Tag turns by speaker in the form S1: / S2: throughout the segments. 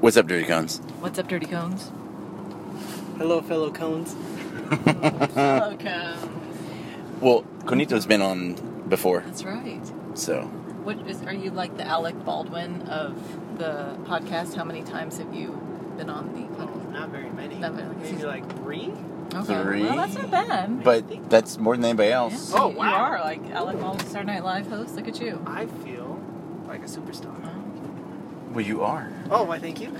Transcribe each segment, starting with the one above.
S1: What's up, Dirty Cones?
S2: What's up, Dirty Cones?
S3: Hello, fellow cones.
S2: Hello, Cones.
S1: Well, Conito's been on before,
S2: That's right.
S1: so
S2: What is? Are you like the Alec Baldwin of the podcast? How many times have you been on the
S3: Oh,
S2: podcast?
S3: not very many.
S2: Not very many.
S3: Maybe like three.
S2: Okay.
S1: Three.
S2: Well, that's not bad.
S1: but that's more than anybody
S2: Yeah,
S1: else.
S3: Oh,
S2: you- You
S3: wow.
S2: are like Alec Baldwin, Saturday Night Live host. Look at you.
S3: I feel like a superstar.
S1: Well, you are.
S3: Oh, why? Thank you.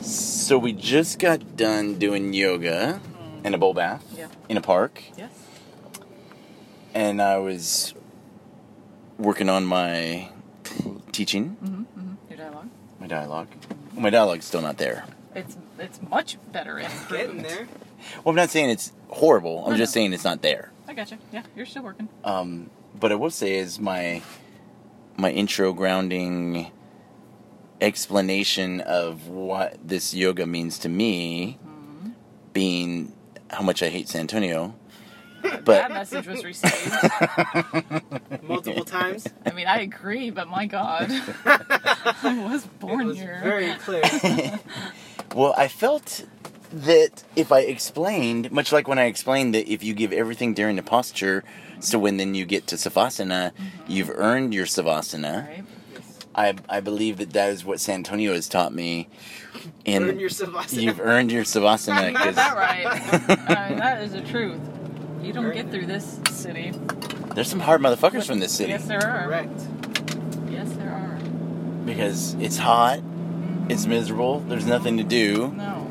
S1: So we just got done doing yoga in a bowl bath
S2: Yeah.
S1: in a park,
S2: Yes.
S1: and I was working on my teaching,
S2: Mm-hmm, mm-hmm. Your dialogue.
S1: my dialogue. My dialogue's still not there.
S2: It's it's much better and
S3: Getting
S2: improved.
S3: there.
S1: Well, I'm not saying it's horrible. I'm
S2: No,
S1: just
S2: no.
S1: saying it's not there.
S2: I gotcha. Yeah, you're still working.
S1: Um, but I will say is my my intro grounding explanation of what this yoga means to me, being how much I hate San Antonio.
S2: That
S1: But
S2: message was received.
S3: Multiple times.
S2: I mean, I agree, but my God, I was born
S3: it was
S2: here.
S3: very clear.
S1: well, I felt that if I explained, much like when I explained that if you give everything during the posture, so when then you get to savasana, you've earned your savasana.
S2: Right?
S1: I I believe that that is what San Antonio has taught me. And
S3: Earn your savasana.
S1: You've earned your savasana.
S2: Is that
S1: 'cause
S2: right? I mean, that is the truth. You don't get through this city.
S1: there's some hard motherfuckers from this city
S2: Yes, there are.
S3: Correct.
S2: Yes, there are.
S1: because it's hot, it's miserable, there's nothing to do,
S2: No.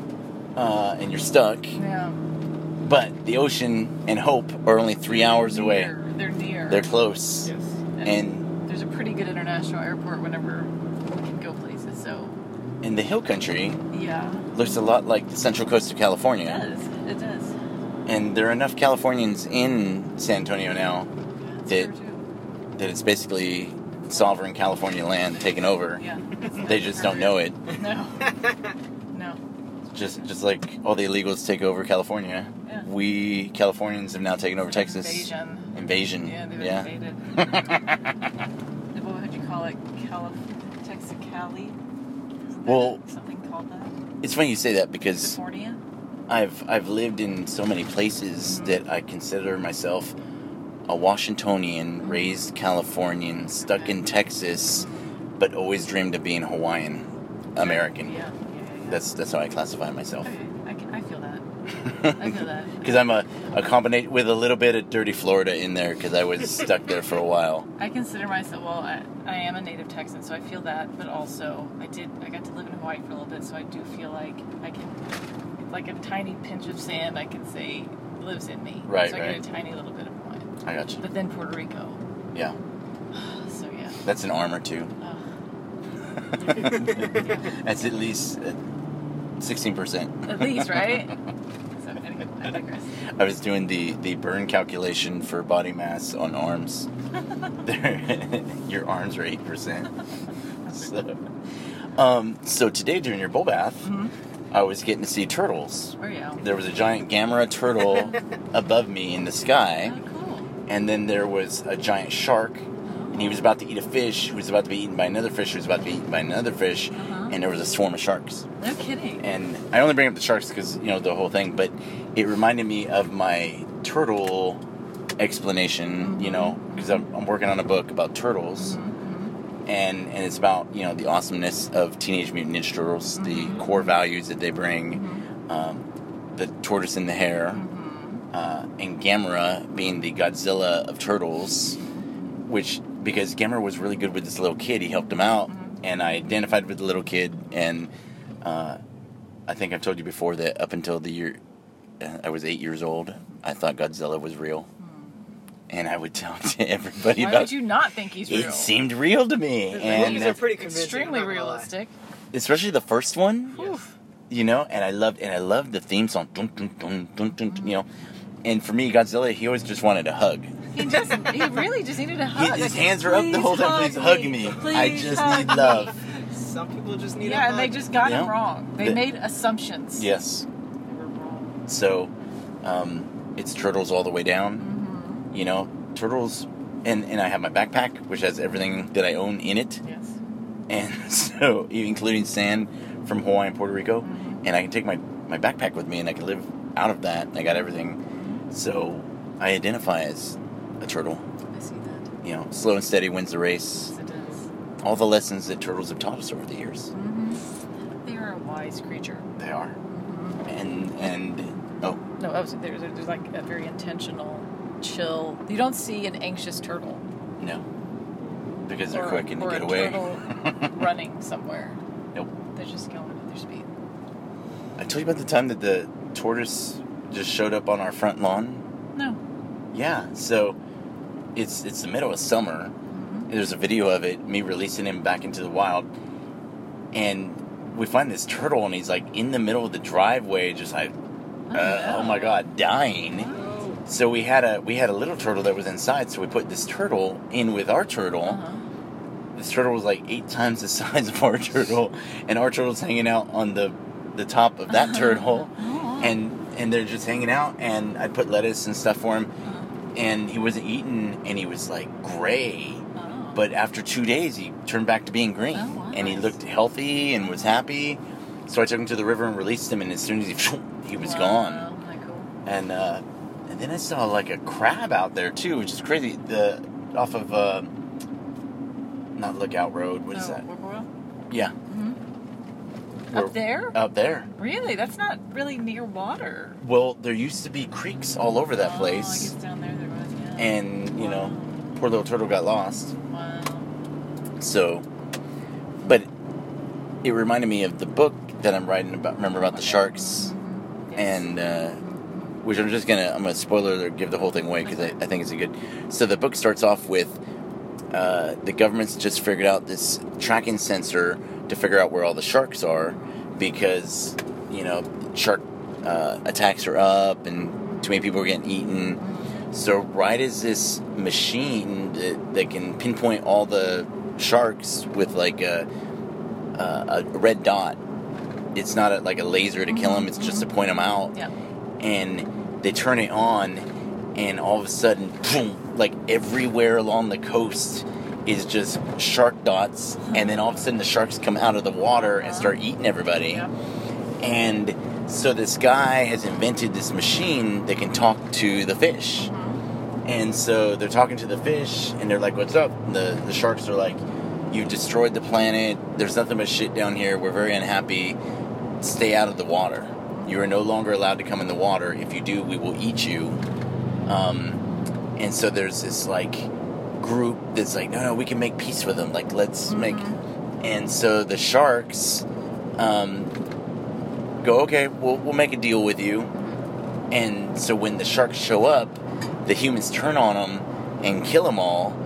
S1: uh, and you're stuck.
S2: Yeah.
S1: But the ocean and hope are only three hours away.
S2: Near. They're near.
S1: They're close,
S3: Yes.
S1: and
S2: there's a pretty good international airport whenever we can go places. So
S1: and the hill country
S2: yeah,
S1: looks a lot like the central coast of
S2: it
S1: California.
S2: does. It does.
S1: And there are enough Californians in San Antonio now
S2: That's
S1: Did-
S2: true, too.
S1: that it's basically sovereign California land taken over.
S2: Yeah.
S1: They just don't know it.
S2: No. No.
S1: Just just like all the illegals take over California.
S2: Yeah.
S1: We Californians have now taken over Texas.
S2: Invasion.
S1: Invasion.
S2: Yeah, they were invaded. what would you call it? Calif- Texicali? Isn't there
S1: Well-
S2: something called that?
S1: it's funny you say that because
S2: California?
S1: I've I've lived in so many places that I consider myself a Washingtonian, raised Californian, stuck in Texas, but always dreamed of being Hawaiian American.
S2: Yeah. yeah, yeah, yeah.
S1: That's that's how I classify myself.
S2: Okay, I, can, I feel that. I feel that.
S1: Because I'm a, a combination with a little bit of dirty Florida in there because I was stuck there for a while.
S2: I consider myself well. I, I am a native Texan, so I feel that. But also, I did. I got to live in Hawaii for a little bit, so I do feel like I can, like a tiny pinch of sand, I can say lives in me.
S1: Right,
S2: So I
S1: right.
S2: get a tiny little bit of Hawaii.
S1: I got you.
S2: But then Puerto Rico.
S1: Yeah,
S2: So yeah.
S1: that's an arm or two.
S2: Ugh.
S1: That's at least uh, sixteen percent.
S2: at least, right? so anyway, I digress.
S1: I was doing the the burn calculation for body mass on arms. There- your arms are eight percent. So, um, so today during your bull bath, I was getting to see turtles.
S2: Mm-hmm. Where are you?
S1: There was a giant gamma turtle above me in the sky,
S2: Oh, cool.
S1: and then there was a giant shark, and he was about to eat a fish who was about to be eaten by another fish who was about to be eaten by another fish,
S2: Uh-huh.
S1: and there was a swarm of sharks.
S2: No kidding.
S1: and I only bring up the sharks because you know the whole thing, but it reminded me of my turtle explanation, you know, because I'm, I'm working on a book about turtles, and and it's about you know the awesomeness of Teenage Mutant Ninja Turtles, the core values that they bring, um, the tortoise and the hare, uh, and Gamera being the Godzilla of turtles, which because Gamera was really good with this little kid, he helped him out,
S2: Mm-hmm.
S1: and I identified with the little kid and. Uh, I think I've told you before that up until the year uh, I was eight years old, I thought Godzilla was real, and I would tell to everybody
S2: Hmm. Why
S1: about.
S2: would you not think he's
S1: it
S2: real?
S1: seemed real to me, and
S3: movies are pretty convincing.
S2: Extremely
S3: I'm not gonna lie.
S2: realistic.
S1: especially the first one,
S2: Oof.
S1: you know. And I loved, and I loved the theme song, dun, dun, dun, dun, dun, dun, you know. And for me, Godzilla, he always just wanted a hug.
S2: He just he really just needed a
S1: He-
S2: hug.
S1: his hands were up the
S2: Please
S1: whole time. Please hug me. I
S2: Please
S1: just
S2: hug
S1: need
S2: me."
S1: love.
S3: Some people just need.
S2: Yeah,
S3: a
S2: and they
S3: hug.
S2: just got
S1: Yeah.
S2: him wrong. They
S1: The-
S2: made assumptions.
S1: Yes.
S2: They were wrong.
S1: So, um, it's turtles all the way down.
S2: Mm-hmm.
S1: You know, turtles, and and I have my backpack, which has everything that I own in it.
S2: Yes.
S1: and so including sand from Hawaii and Puerto Rico,
S2: Mm-hmm.
S1: and I can take my my backpack with me, and I can live out of that. And I got everything, so I identify as a turtle.
S2: I see that.
S1: You know, slow and steady wins the race.
S2: Yes, it does.
S1: All the lessons that turtles have taught us over the years.
S2: Mm-hmm. They are a wise creature. Mm-hmm.
S1: They are, and and oh,
S2: No, I was, there's, there's like a very intentional, chill. You don't see an anxious turtle.
S1: No. Because they're
S2: or,
S1: quick and
S2: or
S1: get
S2: a
S1: away.
S2: turtle running somewhere.
S1: Nope.
S2: They're just going at their speed.
S1: I told you about the time that the tortoise just showed up on our front lawn.
S2: No.
S1: Yeah, so it's it's the middle of summer. There's a video of it, me releasing him back into the wild, and we find this turtle, and he's like in the middle of the driveway, just like, uh, oh my god, dying.
S3: Oh,
S1: So we had a we had a little turtle that was inside, so we put this turtle in with our turtle.
S2: Uh-huh.
S1: This turtle was like eight times the size of our turtle, and our turtle's hanging out on the the top of that turtle,
S2: Oh.
S1: and and they're just hanging out. And I put lettuce and stuff for him,
S2: Uh-huh.
S1: and he wasn't eating, and he was like gray.
S2: Oh.
S1: But after two days, he turned back to being green,
S2: Oh, wow.
S1: and he looked healthy and was happy. So I took him to the river and released him, and as soon as he he was
S2: Wow,
S1: gone
S2: how cool.
S1: and uh, and then I saw like a crab out there too, which is crazy. The off of uh, not Lookout Road. What is
S2: Oh,
S1: that? Mm-hmm.
S2: we're- we're-
S1: Yeah, We're-
S2: Up there?
S1: up there.
S2: Really? That's not really near water.
S1: Well, there used to be creeks all over that
S2: Oh, I
S1: place,
S2: guess down there there was, yeah.
S1: and you know,
S2: Wow.
S1: poor little turtle got lost.
S2: Wow.
S1: So, but it reminded me of the book that I'm writing about. Remember about the sharks,
S2: Yes.
S1: and uh, which I'm just gonna I'm gonna spoiler alert, give the whole thing away because I, I think it's a good. So the book starts off with uh, the government's just figured out this tracking sensor to figure out where all the sharks are because you know shark uh, attacks are up and too many people are getting eaten. So right is this machine that, that can pinpoint all the sharks with like a, a, a red dot. It's not a, like a laser to kill them. It's just to point them out
S2: yeah.
S1: and they turn it on and all of a sudden boom like everywhere along the coast is just shark dots and then all of a sudden the sharks come out of the water and start eating everybody
S2: Yep.
S1: and so this guy has invented this machine that can talk to the fish and so they're talking to the fish and they're like what's up and the, the sharks are like you've destroyed the planet there's nothing but shit down here we're very unhappy stay out of the water. You are no longer allowed to come in the water. If you do, we will eat you. Um, and so there's this like group that's like, no, no, we can make peace with them. Like, let's make. And so the sharks um, go, okay, we'll, we'll make a deal with you. And so when the sharks show up, the humans turn on them and kill them all.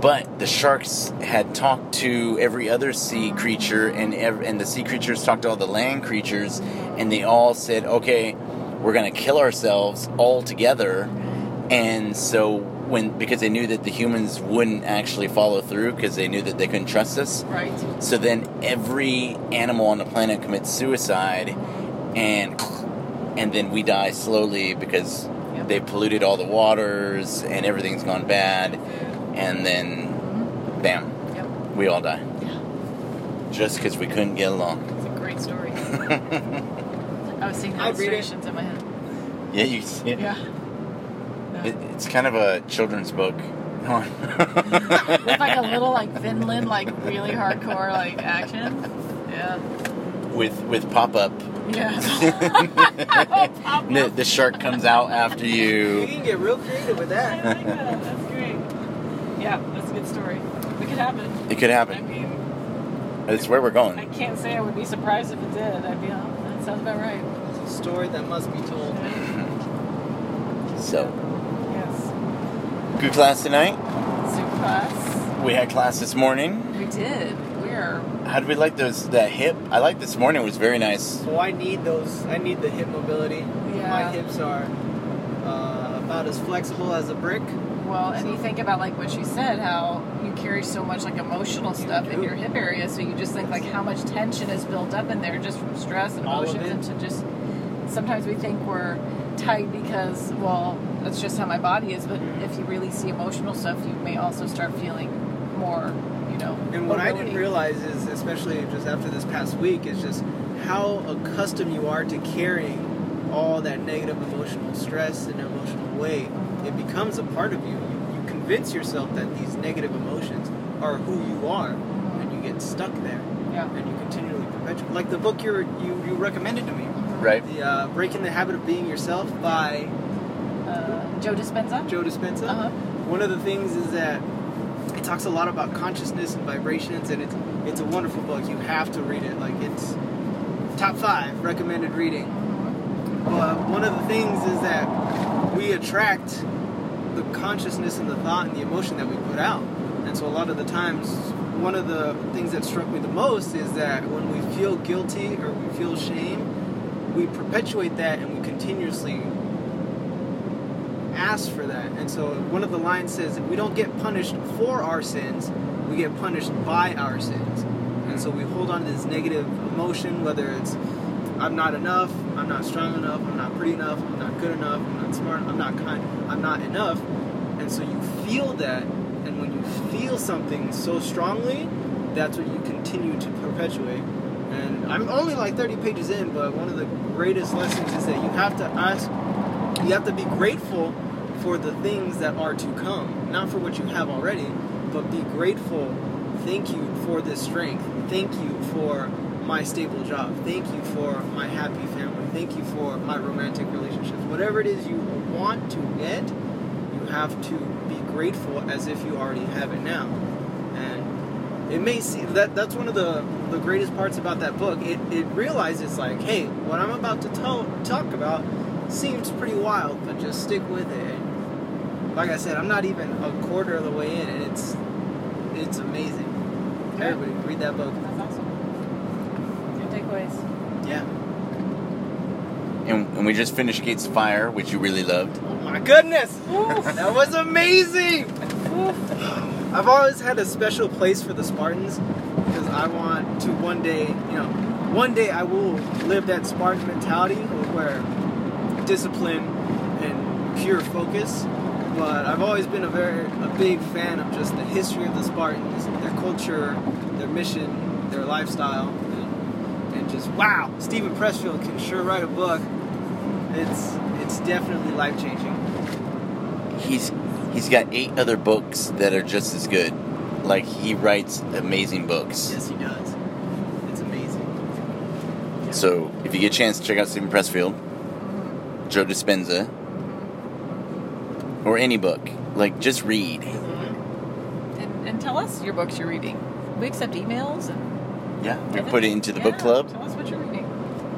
S1: But the sharks had talked to every other sea creature, and ev- and the sea creatures talked to all the land creatures, and they all said, "Okay, we're gonna kill ourselves all together." And so when because they knew that the humans wouldn't actually follow through because they knew that they couldn't trust us,
S2: Right.
S1: so then every animal on the planet commits suicide, and and then we die slowly because
S2: Yep.
S1: they polluted all the waters and everything's gone bad, and then bam,
S2: Yep.
S1: we all die
S2: Yeah.
S1: just because we couldn't get along.
S2: It's a great story. I was seeing the
S3: I'd read it.
S2: illustrations in my head.
S1: Yeah, you can see it.
S2: Yeah.
S1: It- It's kind of a children's book.
S2: With like a little like Finland, like really hardcore like action. Yeah.
S1: with with pop up,
S2: Yeah. oh, pop
S1: the, the shark comes out after
S3: you
S1: you.
S3: can get real creative with
S2: I
S3: that.
S2: like that. That's great. Yeah, that's a good story. It could happen.
S1: It could
S2: I
S1: happen.
S2: mean,
S1: It's where we're
S2: I
S1: going.
S2: can't say I would be surprised if it did. I'd be, oh, that sounds about right.
S3: Story that must be told.
S1: So
S2: Yes.
S1: good class tonight.
S2: Zoom class.
S1: We had class this morning.
S2: We did. We are.
S1: How did we like those? That hip? I like this morning. It was very nice.
S3: So I need those. I need the hip mobility. My
S2: Yeah.
S3: hips are uh, about as flexible as a brick.
S2: Well, and you think about like what she said, how you carry so much like emotional stuff in your hip area, so you just think like how much tension is built up in there just from stress and
S3: All of
S2: emotions,
S3: it.
S2: and to just sometimes we think we're tight because well that's Mm-hmm. just how my body is, but if you Oh, really see emotional stuff, you may also start feeling more. you know.
S3: And what I didn't
S2: baloney.
S3: realize is, especially just after this past week, is just how accustomed you are to carrying all that negative emotional stress and emotional weight. It becomes a part of you. You, you convince yourself that these negative emotions are who you are, and you get stuck there,
S2: Yeah.
S3: and you continually perpetuate. Like the book you you you recommended to me,
S1: Right.
S3: the uh, Breaking the Habit of Being Yourself by
S2: Uh, Joe Dispenza.
S3: Joe Dispenza.
S2: Uh-huh.
S3: One of the things is that it talks a lot about consciousness and vibrations, and it's it's a wonderful book. You have to read it. Like it's top five recommended reading. But one of the things is that we attract the consciousness and the thought and the emotion that we put out. And so a lot of the times, one of the things that struck me the most is that when we feel guilty or we feel shame, we perpetuate that and we continuously ask for that. And so one of the lines says, we don't get punished for our sins, we get punished by our sins. And so we hold on to this negative emotion, whether it's I'm not enough, I'm not strong enough, I'm not pretty enough, I'm not good enough, I'm not smart, I'm not kind, I'm not enough. And so you feel that, and when you feel something so strongly, that's what you continue to perpetuate. And I'm only like 30 pages in, but one of the greatest lessons is that you have to ask you have to be grateful for the things that are to come, not for what you have already, but be grateful. Thank you for this strength. Thank you for my stable job. Thank you for my happy family. Thank you for my romantic relationships. Whatever it is you want to get, you have to be grateful as if you already have it now. And it may seem that that's one of the, the greatest parts about that book. It, it realizes like, hey, what I'm about to to- talk about seems pretty wild, but just stick with it. Like I said, I'm not even a quarter of the way in, and it's it's amazing.
S2: Yeah.
S3: Everybody, read that book.
S2: That's awesome. Good takeaways.
S3: Yeah.
S1: And, and we just finished Gates of Fire, which you really loved.
S3: Oh my goodness,
S2: Oof.
S3: that was amazing.
S2: Oof.
S3: I've always had a special place for the Spartans because I want to one day, you know, one day I will live that Spartan mentality where discipline and pure focus. But I've always been a very a big fan of just the history of the Spartans, their culture, their mission, their lifestyle, and, and just wow, Stephen Pressfield can sure write a book. It's it's definitely life changing.
S1: He's he's got eight other books that are just as good. Like he writes amazing books.
S3: Yes, he does. It's amazing.
S1: So if you get a chance, check out Stephen Pressfield, Joe Dispenza, or any book. Like just read.
S2: And, and tell us your books you're reading. We accept emails and
S1: Yeah, we put it into the book
S2: Yeah,
S1: club.
S2: Tell us what you're reading,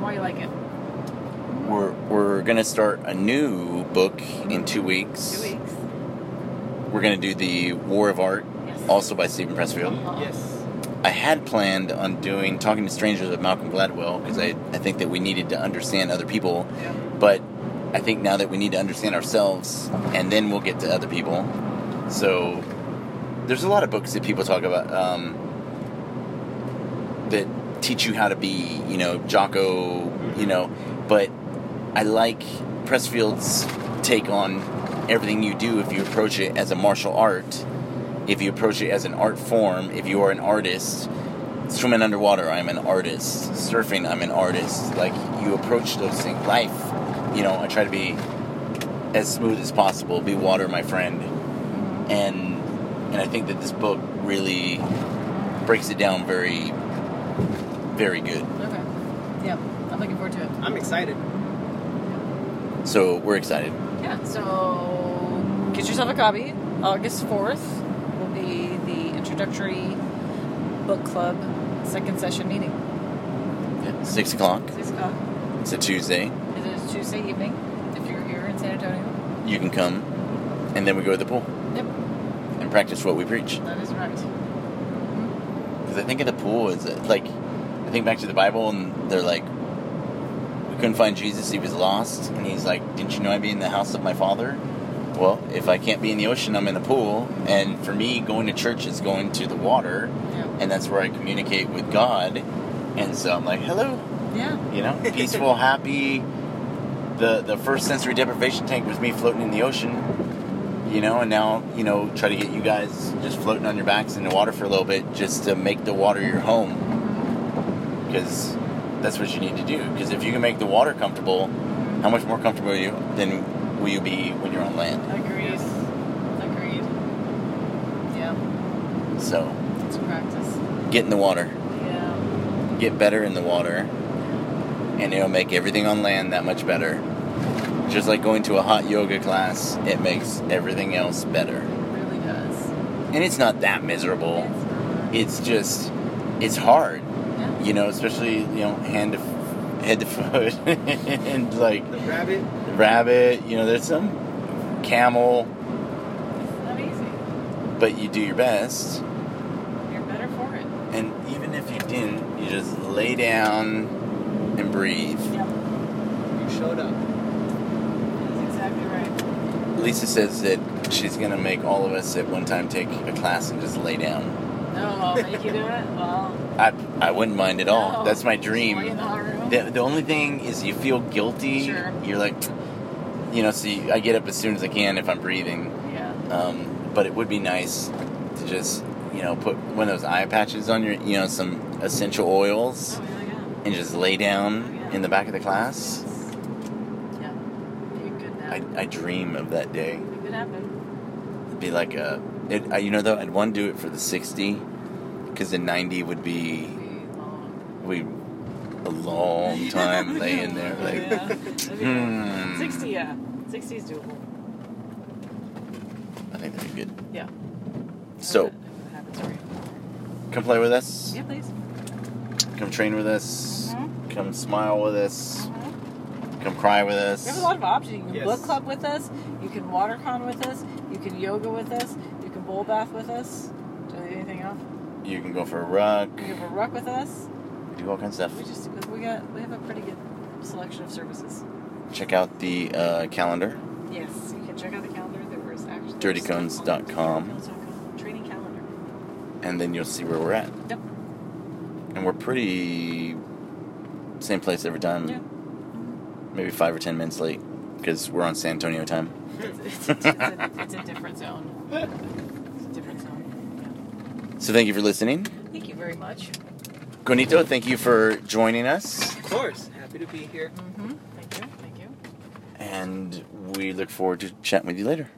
S2: why you like it.
S1: We're we're gonna start a new book in two weeks.
S2: Two weeks.
S1: We're gonna do the War of Art,
S2: Yes.
S1: also by Stephen Pressfield.
S2: Uh-huh.
S3: Yes.
S1: I had planned on doing talking to strangers with Malcolm Gladwell because I, I think that we needed to understand other people,
S3: Yeah.
S1: but I think now that we need to understand ourselves and then we'll get to other people. So there's a lot of books that people talk about um, that teach you how to be, you know, Jocko, you know, but I like Pressfield's take on everything you do if you approach it as a martial art if you approach it as an art form, if you are an artist, swimming underwater, I'm an artist. Surfing, I'm an artist. Like you approach those things. Life, you know, I try to be as smooth as possible. Be water, my friend, and and I think that this book really breaks it down very, very good.
S2: Okay. Yep. I'm looking forward to it.
S3: I'm excited.
S1: So we're excited.
S2: Yeah. So get yourself a copy. August 4th will be the introductory book club second session meeting.
S1: Six o'clock.
S2: Six o'clock.
S1: It's a Tuesday.
S2: It is Tuesday evening. If you're here in San Antonio.
S1: You can come, and then we go to the pool
S2: Yep.
S1: and practice what we preach.
S2: That is right.
S1: Because I think at the pool is it, like, I think back to the Bible and they're like, we couldn't find Jesus, he was lost, and he's like, didn't you know I'd be in the house of my father? Well, if I can't be in the ocean, I'm in the pool, and for me, going to church is going to the water,
S2: Yeah.
S1: and that's where I communicate with God, and so I'm like, hello,
S2: Yeah.
S1: you know, peaceful, happy. The the first sensory deprivation tank was me floating in the ocean, you know, and now, you know, try to get you guys just floating on your backs in the water for a little bit just to make the water your home because that's what you need to do. Because if you can make the water comfortable, how much more comfortable are you than will you be when you're on land?
S2: Agreed. Agreed. Yeah,
S1: So
S2: it's practice.
S1: get in the water,
S2: Yeah.
S1: get better in the water, and it'll make everything on land that much better. Just like going to a hot yoga class, it makes everything else better.
S2: It really does.
S1: And it's not that miserable.
S2: It's-
S1: It's just, it's hard,
S2: yeah.
S1: you know, especially, you know, hand to, f- head to foot, and like
S3: The rabbit,
S1: rabbit, you know, there's some camel,
S2: It's not easy.
S1: but you do your best.
S2: You're better for it.
S1: And even if you didn't, you just lay down and breathe.
S2: Yeah.
S3: you showed up.
S2: That's exactly right.
S1: Lisa says that she's gonna make all of us at one time take a class and just lay down.
S2: No, I'll make you do it. Well,
S1: I, I wouldn't mind at all.
S2: No.
S1: That's my
S2: lay in
S1: dream.
S2: the hot room.
S1: The, the only thing is you feel guilty.
S2: Sure.
S1: You're like, you know, so you, I get up as soon as I can if I'm breathing.
S2: Yeah.
S1: Um, but it would be nice to just, you know, put one of those eye patches on your, you know, some essential oils
S2: Oh, really? Yeah.
S1: and just lay down in the back of the class.
S2: Yeah. You could
S1: I,
S2: nap.
S1: I dream of that day.
S2: It could happen.
S1: It'd be like a, it, I, you know, though, I'd want to do it for the 60, because the 90 would be,
S2: Be long.
S1: we, a long time laying there,
S2: Oh,
S1: like,
S2: yeah. That'd be good.
S1: hmm.
S2: 60, yeah. 60 is doable.
S1: I think that'd be good.
S2: Yeah.
S1: So,
S2: That happens for you.
S1: come play with us,
S2: Yeah, please.
S1: come train with us,
S2: Mhm.
S1: come smile with us,
S2: Mhm.
S1: come cry with
S2: We have
S1: us.
S2: a lot of options. You can
S3: Yes.
S2: book club with us. You can water con with us. You can yoga with us. You can bowl bath with us. Do I leave anything off?
S1: You can go for a ruck,
S2: You can have a ruck with us.
S1: do all kinds of
S2: We
S1: stuff.
S2: just we got we have a pretty good selection of services.
S1: Check out the uh, calendar.
S2: Yes, you can check out the calendar. There was actually
S1: DirtyCones.com.
S2: DirtyCones.com. Training calendar.
S1: and then you'll see where we're at.
S2: Yep.
S1: And we're pretty same place every time.
S2: Yeah.
S1: Maybe five or ten minutes late because we're on San Antonio time.
S2: It's, it's, it's, a, it's a different zone. It's a different zone.
S1: So thank you for listening,
S2: Yeah. Thank you very much.
S1: Gonito. Thank you for joining us,
S3: Of course, happy to be here.
S2: Mm-hmm. Thank you. Thank you.
S1: and we look forward to chatting with you later.